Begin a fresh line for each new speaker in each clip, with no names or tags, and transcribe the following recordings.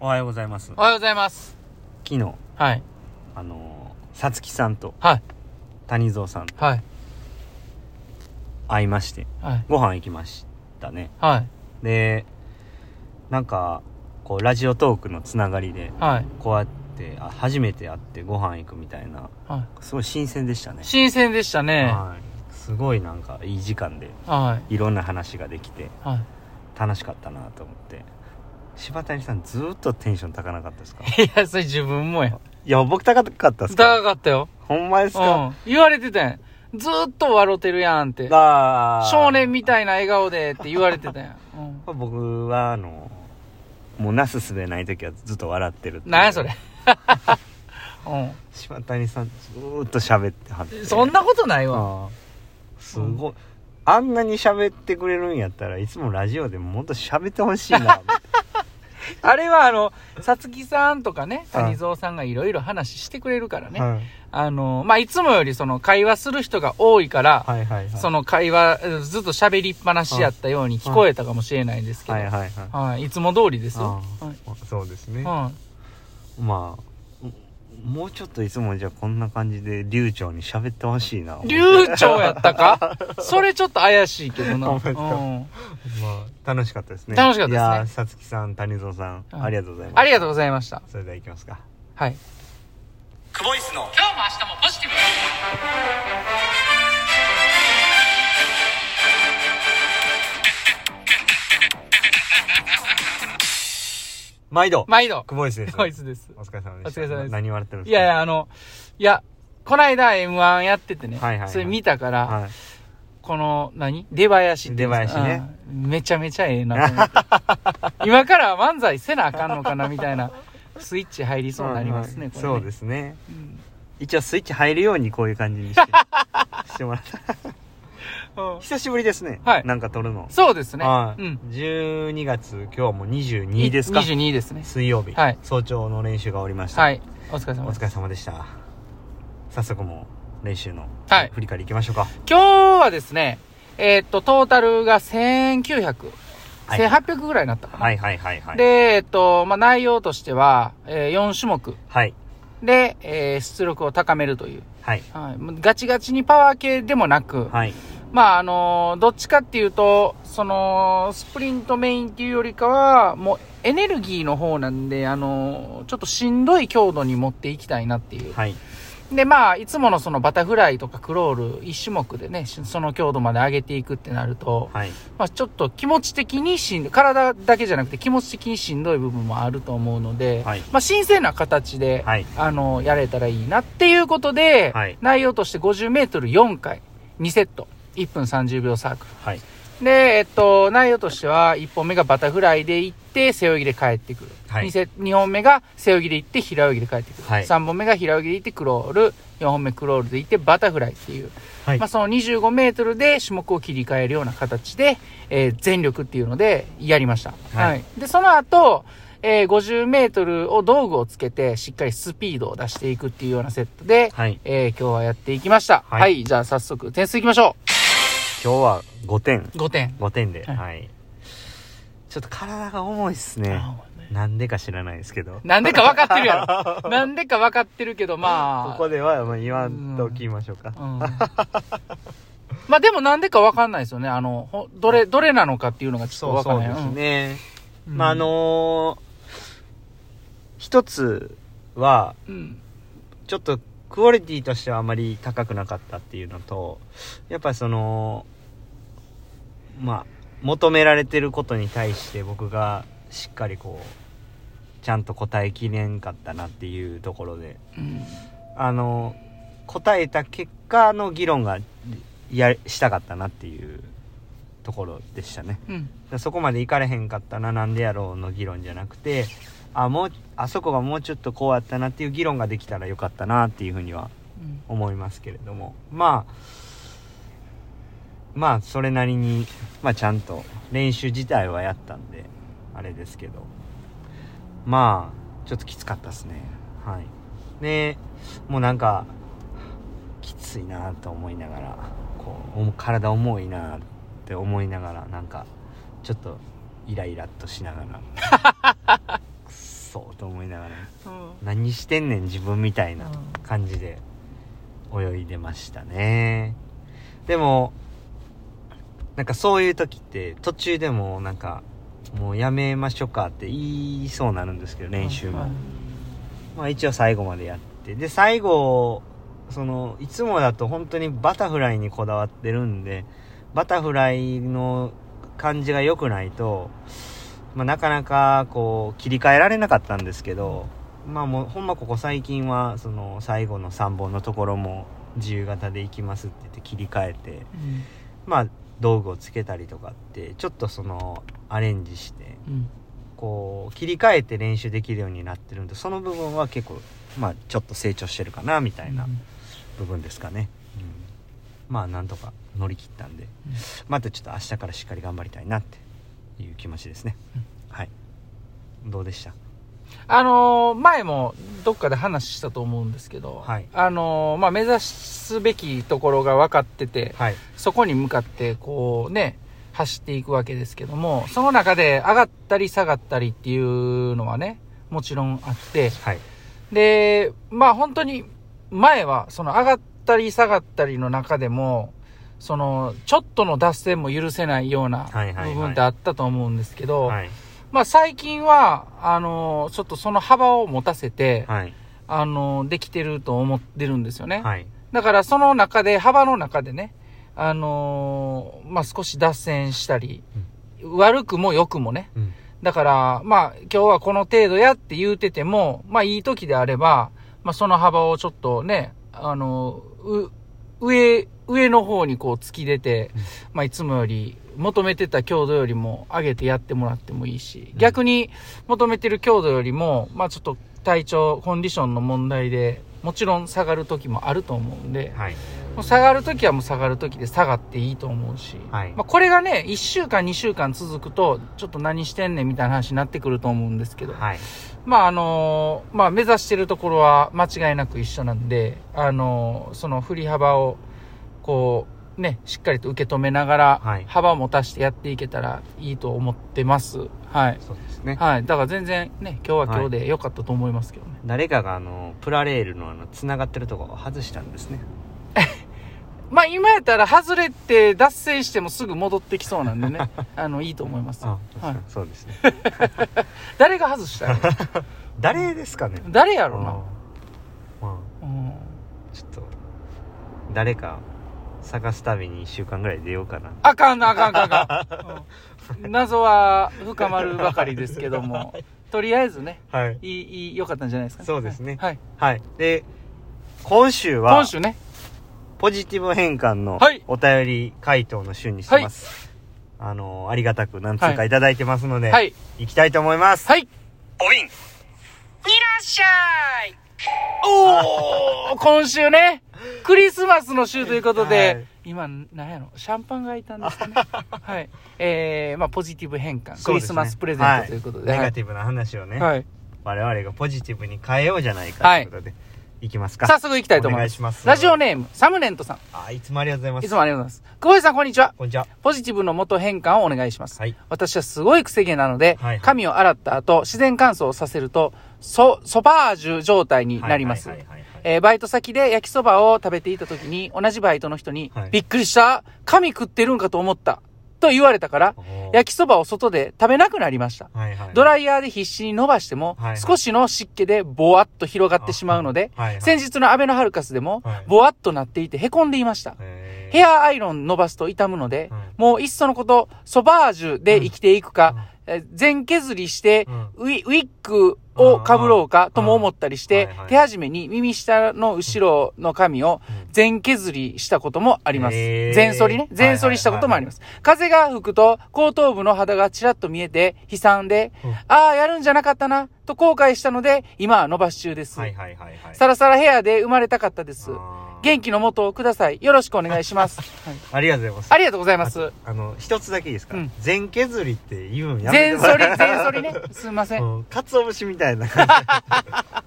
おはようございます
おはようございます
昨日
はい
あのーさつきさんと
はい
谷蔵さんと
はい
会いまして
はい
ご飯行きましたね
はい
でなんかこうラジオトークのつながりで
はい
こうやってあ初めて会ってご飯行くみたいな
は
すごい新鮮でしたね
い、新鮮でしたねは
はいすごいなんかいい時間で
いはい
いろんな話ができて
はい
楽しかったなと思って柴谷さんずーっとテンション高なかった ですか
いやそれ自分もや
いや僕高かったです
高
か
かったよ、
ほんまです
う
か、
ん、言われてたやんずーっと笑てるやんって
あー
少年みたいな笑顔でって言われてたやん、うん
僕はあのもうなすすべない時はずっと笑ってるっていう
なんやそれう
柴谷さんずーっと喋ってはって
んそんなことないわ
あーすごい、あんなに喋ってくれるんやったらいつもラジオでもっと喋ってほしいな
あれはあのさつきさんとかね
うん
谷蔵さんがいろいろ話してくれる からね、
はい
あのまあいつもよりその会話する人が多いから、
はいはいはい
その会話、えーずっと喋りっぱなしやったように聞こえたかもしれないですけど、
は
はいい
はいはい
いつも通りですよ
あ。ー
はい
そうですね
は
まあももうちょっといつもじゃあこんな感じで流暢に喋ってほしいない
流暢やっ たかそれちょっと怪しいけどな。
ほんまですか
うん
まあ楽しかったですね
楽しかったですね
いやーさつきさん谷蔵さん、
うん
ありがとうございます
ありがとうございました。
それではいきますか
はい。
クボイスの
今日も明日もポジティブ
毎度
毎度。
クボイスです
こいつです。
お疲れ様でした
お疲れ様です
何言われてるん
い
ですか
やいや、あの、いや、こないだ M1 やっててね、
はいはいはい
それ見たから、
はい
この、何出囃子っていうんです
出囃
か
子ね。
うんめちゃめちゃええなと 思って。今から漫才せなあかんのかなみたいな、スイッチ入りそうになりますね、
うん
これ、ね。
そうですね
うん。
一応スイッチ入るようにこういう感じ にしてしてもらった
うん
久しぶりですね
はい
なんか撮るの
そうですね。
は
う
い
ん。
12月今日はもう22ですか
?22 ですね。
水曜日
はい
早朝の練習が終わりました
はい。お疲れ様
お
です
疲。れ様でした早速もう練習の
はい
振り返りいきましょうか
今日はですね、えーっと、トータルが1900、
はい
1800ぐらいになったかな。
はいはいはいはい
で、えーっと、まあ、内容としては、え4種目
はい
で、えー出力を高めるという。
はい
はい、もうガチガチにパワー系でもなく、
はい
まああのーどっちかっていうと、その、スプリントメインっていうよりかは、もうエネルギーの方なんで、あのーちょっとしんどい強度に持っていきたいなっていう。
はい
で、まあ、いつものそのバタフライとかクロール一種目でね、しその強度まで上げていくってなると、
はい
まあちょっと気持ち的にしんどい、体だけじゃなくて気持ち的にしんどい部分もあると思うので、
はい
まあ新鮮な形で、
はい
あの、やれたらいいなっていうことで、
はい
内容として50メートル4回、2セット、1分30秒サーク
はい
ル。で、えっと、内容としては、1本目がバタフライで行って、背泳ぎで帰ってくる。
はい
2, セ2本目が背泳ぎで行って、平泳ぎで帰ってくる。
はい
3本目が平泳ぎで行って、クロール。4本目クロールで行って、バタフライっていう。
はい
まあ、その25メートルで種目を切り替えるような形で、えー全力っていうのでやりました。
はい
はい。で、その後、えー50メートルを道具をつけて、しっかりスピードを出していくっていうようなセットで、
はい
えー今日はやっていきました。
は
はいい、じゃあ早速点数いきましょ
今日は5点
う。5点。
5点では、
はいい
ちょっと体が重いっすね
あ
なんでか知らないですけど
なんでか分かってるや ろ。なんでか分かってるけど、まあ。
ここではまあ言わんときましょうか、
うん。まあでもなんでか分かんないですよね。あの、ほどれ、どれなのかっていうのがちょっと分かんない。
ですね、
うん
まああ、のー一つは
うん。
ちょっとクオリティとしてはあまり高くなかったっていうのとやっぱりそのまあ求められてることに対して僕がしっかりこうちゃんと答えきれんかったなっていうところで
うん。
あの答えた結果の議論がやしたかったなっていうところでしたね
うん。
そこまで行かれへんかったななんでやろうの議論じゃなくてあもうあそこがもうちょっとこうやったなっていう議論ができたらよかったなっていうふうには
うん
思いますけれどもまあまあそれなりに、まあ、ちゃんと練習自体はやったんであれですけどまあちょっときつかったですねはいでもうなんかきついなと思いながらこうお体重いなって思いながらなんかちょっとイライラっとしながらくっ何してんねん自分みたいな
うん
感じで泳いでましたね。でも、なんかそういう時って途中でもなんかもうやめましょうかって言いそうになるんですけど練習も。まあ一応最後までやって。で、最後、その、いつもだと本当にバタフライにこだわってるんで、バタフライの感じが良くないと、まあなかなかこう切り替えられなかったんですけど、まあもうほんまここ最近はその最後の3本のところも自由形で行きますって言って切り替えて、
うん
まあ道具をつけたりとかって、ちょっとそのアレンジして、
うん
こう切り替えて練習できるようになってるんでその部分は結構まあちょっと成長してるかなみたいな
うん
部分ですかね、うんまあなんとか乗り切ったんでまたちょっと明日からしっかり頑張りたいなっていう気持ちですね、はいどうでした
あのー前もどっかで話したと思うんですけど、
はい
あのーまあ、目指すべきところが分かってて、
はい
そこに向かってこうね、走っていくわけですけども、その中で上がったり下がったりっていうのはね、もちろんあって、
はい
で、まあ本当に前はその上がったり下がったりの中でも、そのちょっとの脱線も許せないような
はいはいはい
部分ってあったと思うんですけど、
はい
まあ最近は、あの、ちょっとその幅を持たせて、
はい
あの、できてると思ってるんですよね。
はい
だからその中で、幅の中でね、あのーまあ、少し脱線したり、悪くも良くもね。
うん
だから、まあ、今日はこの程度やって言うてても、まあ、いい時であれば、まあ、その幅をちょっとね、あのーう上、上の方にこう突き出て
うん、
まあ、いつもより、求めてた強度よりも上げてやってもらってもいいし
う、ん
逆に求めてる強度よりも、まあ、ちょっと体調、コンディションの問題で、もちろん下がる時もあると思うんで、
はい
もう下がるときはもう下がるときで下がっていいと思うし、
はい
まあ、これがね、1週間、2週間続くと、ちょっと何してんねんみたいな話になってくると思うんですけど、
はい
まああのーまあ目指してるところは間違いなく一緒なんで、あのーその振り幅を、こう、ね、しっかりと受け止めなが
は
ら
い、
幅を持たしてやっていけたらいいと思ってます。はい。
そうですね
はい。だから全然ね、今日は今日で良かったと思いますけどね。
誰かがあのプラレールのあの繋がってるところを外したんですね
まあ今やったら外れて脱線してもすぐ戻ってきそうなん でね。あの、いいと思います。
あ、
はい
そうですね
誰が外 したやろ
誰ですかね
誰や
だ
ろな。
まあ
うん
ちょっと、誰か探すたびに1週間ぐらい出ようかな。
あかんな、あかんあかんあかん。うん謎は深まるばかりですけ ども、とりあえずね、
はい。
いい、いい、良かったんじゃないですかね。
そうですね
はい。
はい。で、今週
はい今
は、
週ね、
ポジティブ変換の
はい
お便り回答の週にしてます。あの、ありがたく何通かいただいてますので、。
はいい。
行きたいと思います。
はい。い
おびん
らっしゃいおー今週ね、クリスマスの週ということで、
はい
今、なんやろ、シャンパンが開いたんです かね。はい。えー、まあ、ポジティブ変換、クリスマスプレゼントということで。
はネ
は
ガ
い
ティブな話をね、
はい。
我々がポジティブに変えようじゃないかということで、い、きますか。
早速行きたいと思
お
い
願
ま
い
す。
します。
ラジオ。ネーム、サムネントさん。
あ、いつもありがとうございま
いつ
す。
もありがとうございます。久保井さん、こんにちは。
こんにちは。
ポジティブの元変換をお願いします。
はい。
私はすごい癖毛なので、
はいはい
髪を洗った後、自然乾燥させると、ソ、ソバージュ状態になります
はい。はいはいはいはい
えーバイト先で焼きそばを食べていた時に、同じバイトの人に、
はい
びっくりした髪食ってるんかと思ったと言われたから、
おー
焼きそばを外で食べなくなりました。
はいはい、
ドライヤーで必死に伸ばしても、
はいはい
少しの湿気でぼわっと広がってしまうので、
あ、はいはい
先日のアベノハルカスでも
はい、
ぼわっとなっていて凹んでいました。
へー
ヘアアイロン伸ばすと傷むので
うん、
もういっそのこと、ソバージュで生きてい
う
く
ん
か、えー全削りして
うん、
ウィウィッグを被ろうかとも思ったりし
うん
て
はいは、い
手始めに耳下の後ろの髪を
うん
全削りしたこともあります。
へー
全剃りね。全剃りしたこともあります。風が吹くと後頭部の肌がちらっと見えて悲惨で
うん、
ああ、やるんじゃなかったな、と後悔したので、今は伸ばし中です
は。いはいはいはい。
サラサラヘアで生まれたかったです。
あー
元気のもとをください。よろしくお願いし ます。はい
ありがとうございます。
ありがとうございます。
あの、一つだけいいですか、
うん
全削りって言うんやめて
全
もら
剃
え
り、全剃りね。すいませ ん。
うん、かつお節みたいな感 じ。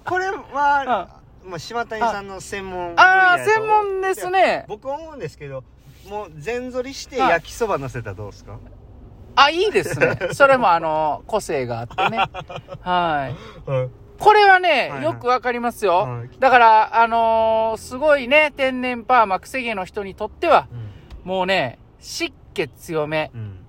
これは、まあ、島谷さんの専門分野
ああ、
やと
専門です。ね。
僕思うんですけど、もう全剃りして
はい
焼きそば乗せたらどうですか、
あ、いいですね。それもあの、個性があってね。はい。
うん
これはね、
はい
よくわかりますよ。
はい
だから、あのーすごいね、天然パーマ、くせ毛の人にとっては、もうね、湿気強め、
うんうん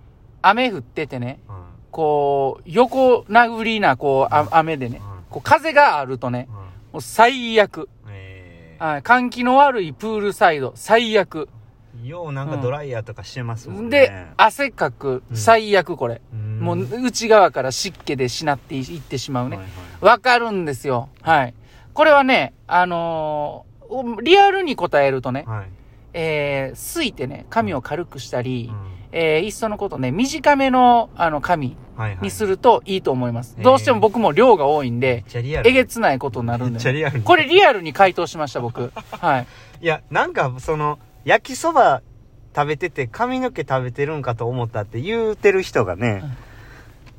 雨降っててね、
うん
こう、横殴りな、こう、あ雨でね、
う
こう、風があるとね、
んうん
もう最悪。
え
はい換気の悪いプールサイド、最悪。
ーようなんかドライヤーとかしてますもんね
で、汗かく、
うん
最悪これ。
うん
もう、内側から湿気でしなっていいってしまうね
はい。はい
わかるんですよ。はい。これはね、あのーおリアルに答えるとね、
はい
えー、すいてね、髪を軽くしたり
う、ん
えー、いっそのことね、短めの、あの、髪
はいはい
にするといいと思います。
はい
どうしても僕も量が多いん
めっ
で、
ちゃリアル
えげつないことになるん
めっ
で
ちゃ
ね。
リアル
これリアルに回答しました、僕。 はい。
いやなんかその焼きそば食べてて髪の毛食べてるんかと思ったって言うてる人がね、
うん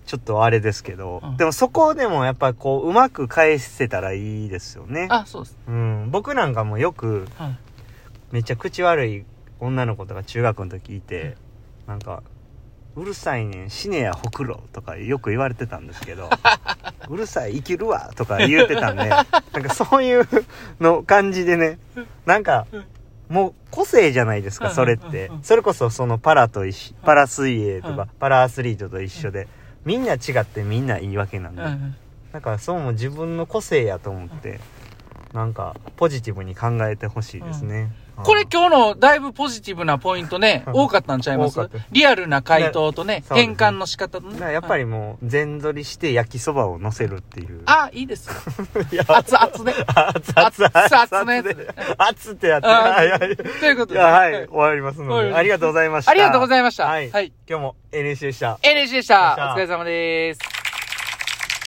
ちょっとあれですけど、
うん
でもそこでもやっぱこううまく返せたらいいですよね、
あ、そうです。
うん、僕なんかもよく
はい。
めっちゃ口悪い女の子とか中学の時いて、なんか「うるさいねん死ねやほくろ」とかよく言われてたんですけ ど「うるさい生きるわ」とか言ってたんでなんかそういうの感じでねなんかもう個性じゃないですか
うん
それっ
う
て
んうん
それこそそのパラと一緒パラ水泳と
うん
かパラアスリートと一緒でみんな違ってみんな言い訳なんで
うん
だからそうも自分の個性やと思ってなんかポジティブに考えてほしいですね、うん
これ今日のだいぶポジティブなポイントね、
うん
多かったんちゃいま
多か
す
ったです
リアルな回答とね、
そうです
変換の仕方と
だ
ね。
からやっぱりもう全取りして焼きそばを乗せるっていう
あ、いい ですよ。
いや
熱々ね。
熱々熱々
熱々のやつ
熱々熱ってやって
あ
はいはい
ということ
い
で。
やはい終わります
終わ
の
りま
ですありがとうございました
ありがとうございました。
はい
はい。
今日も NC でした
NG でした。
でした
お疲れ様です。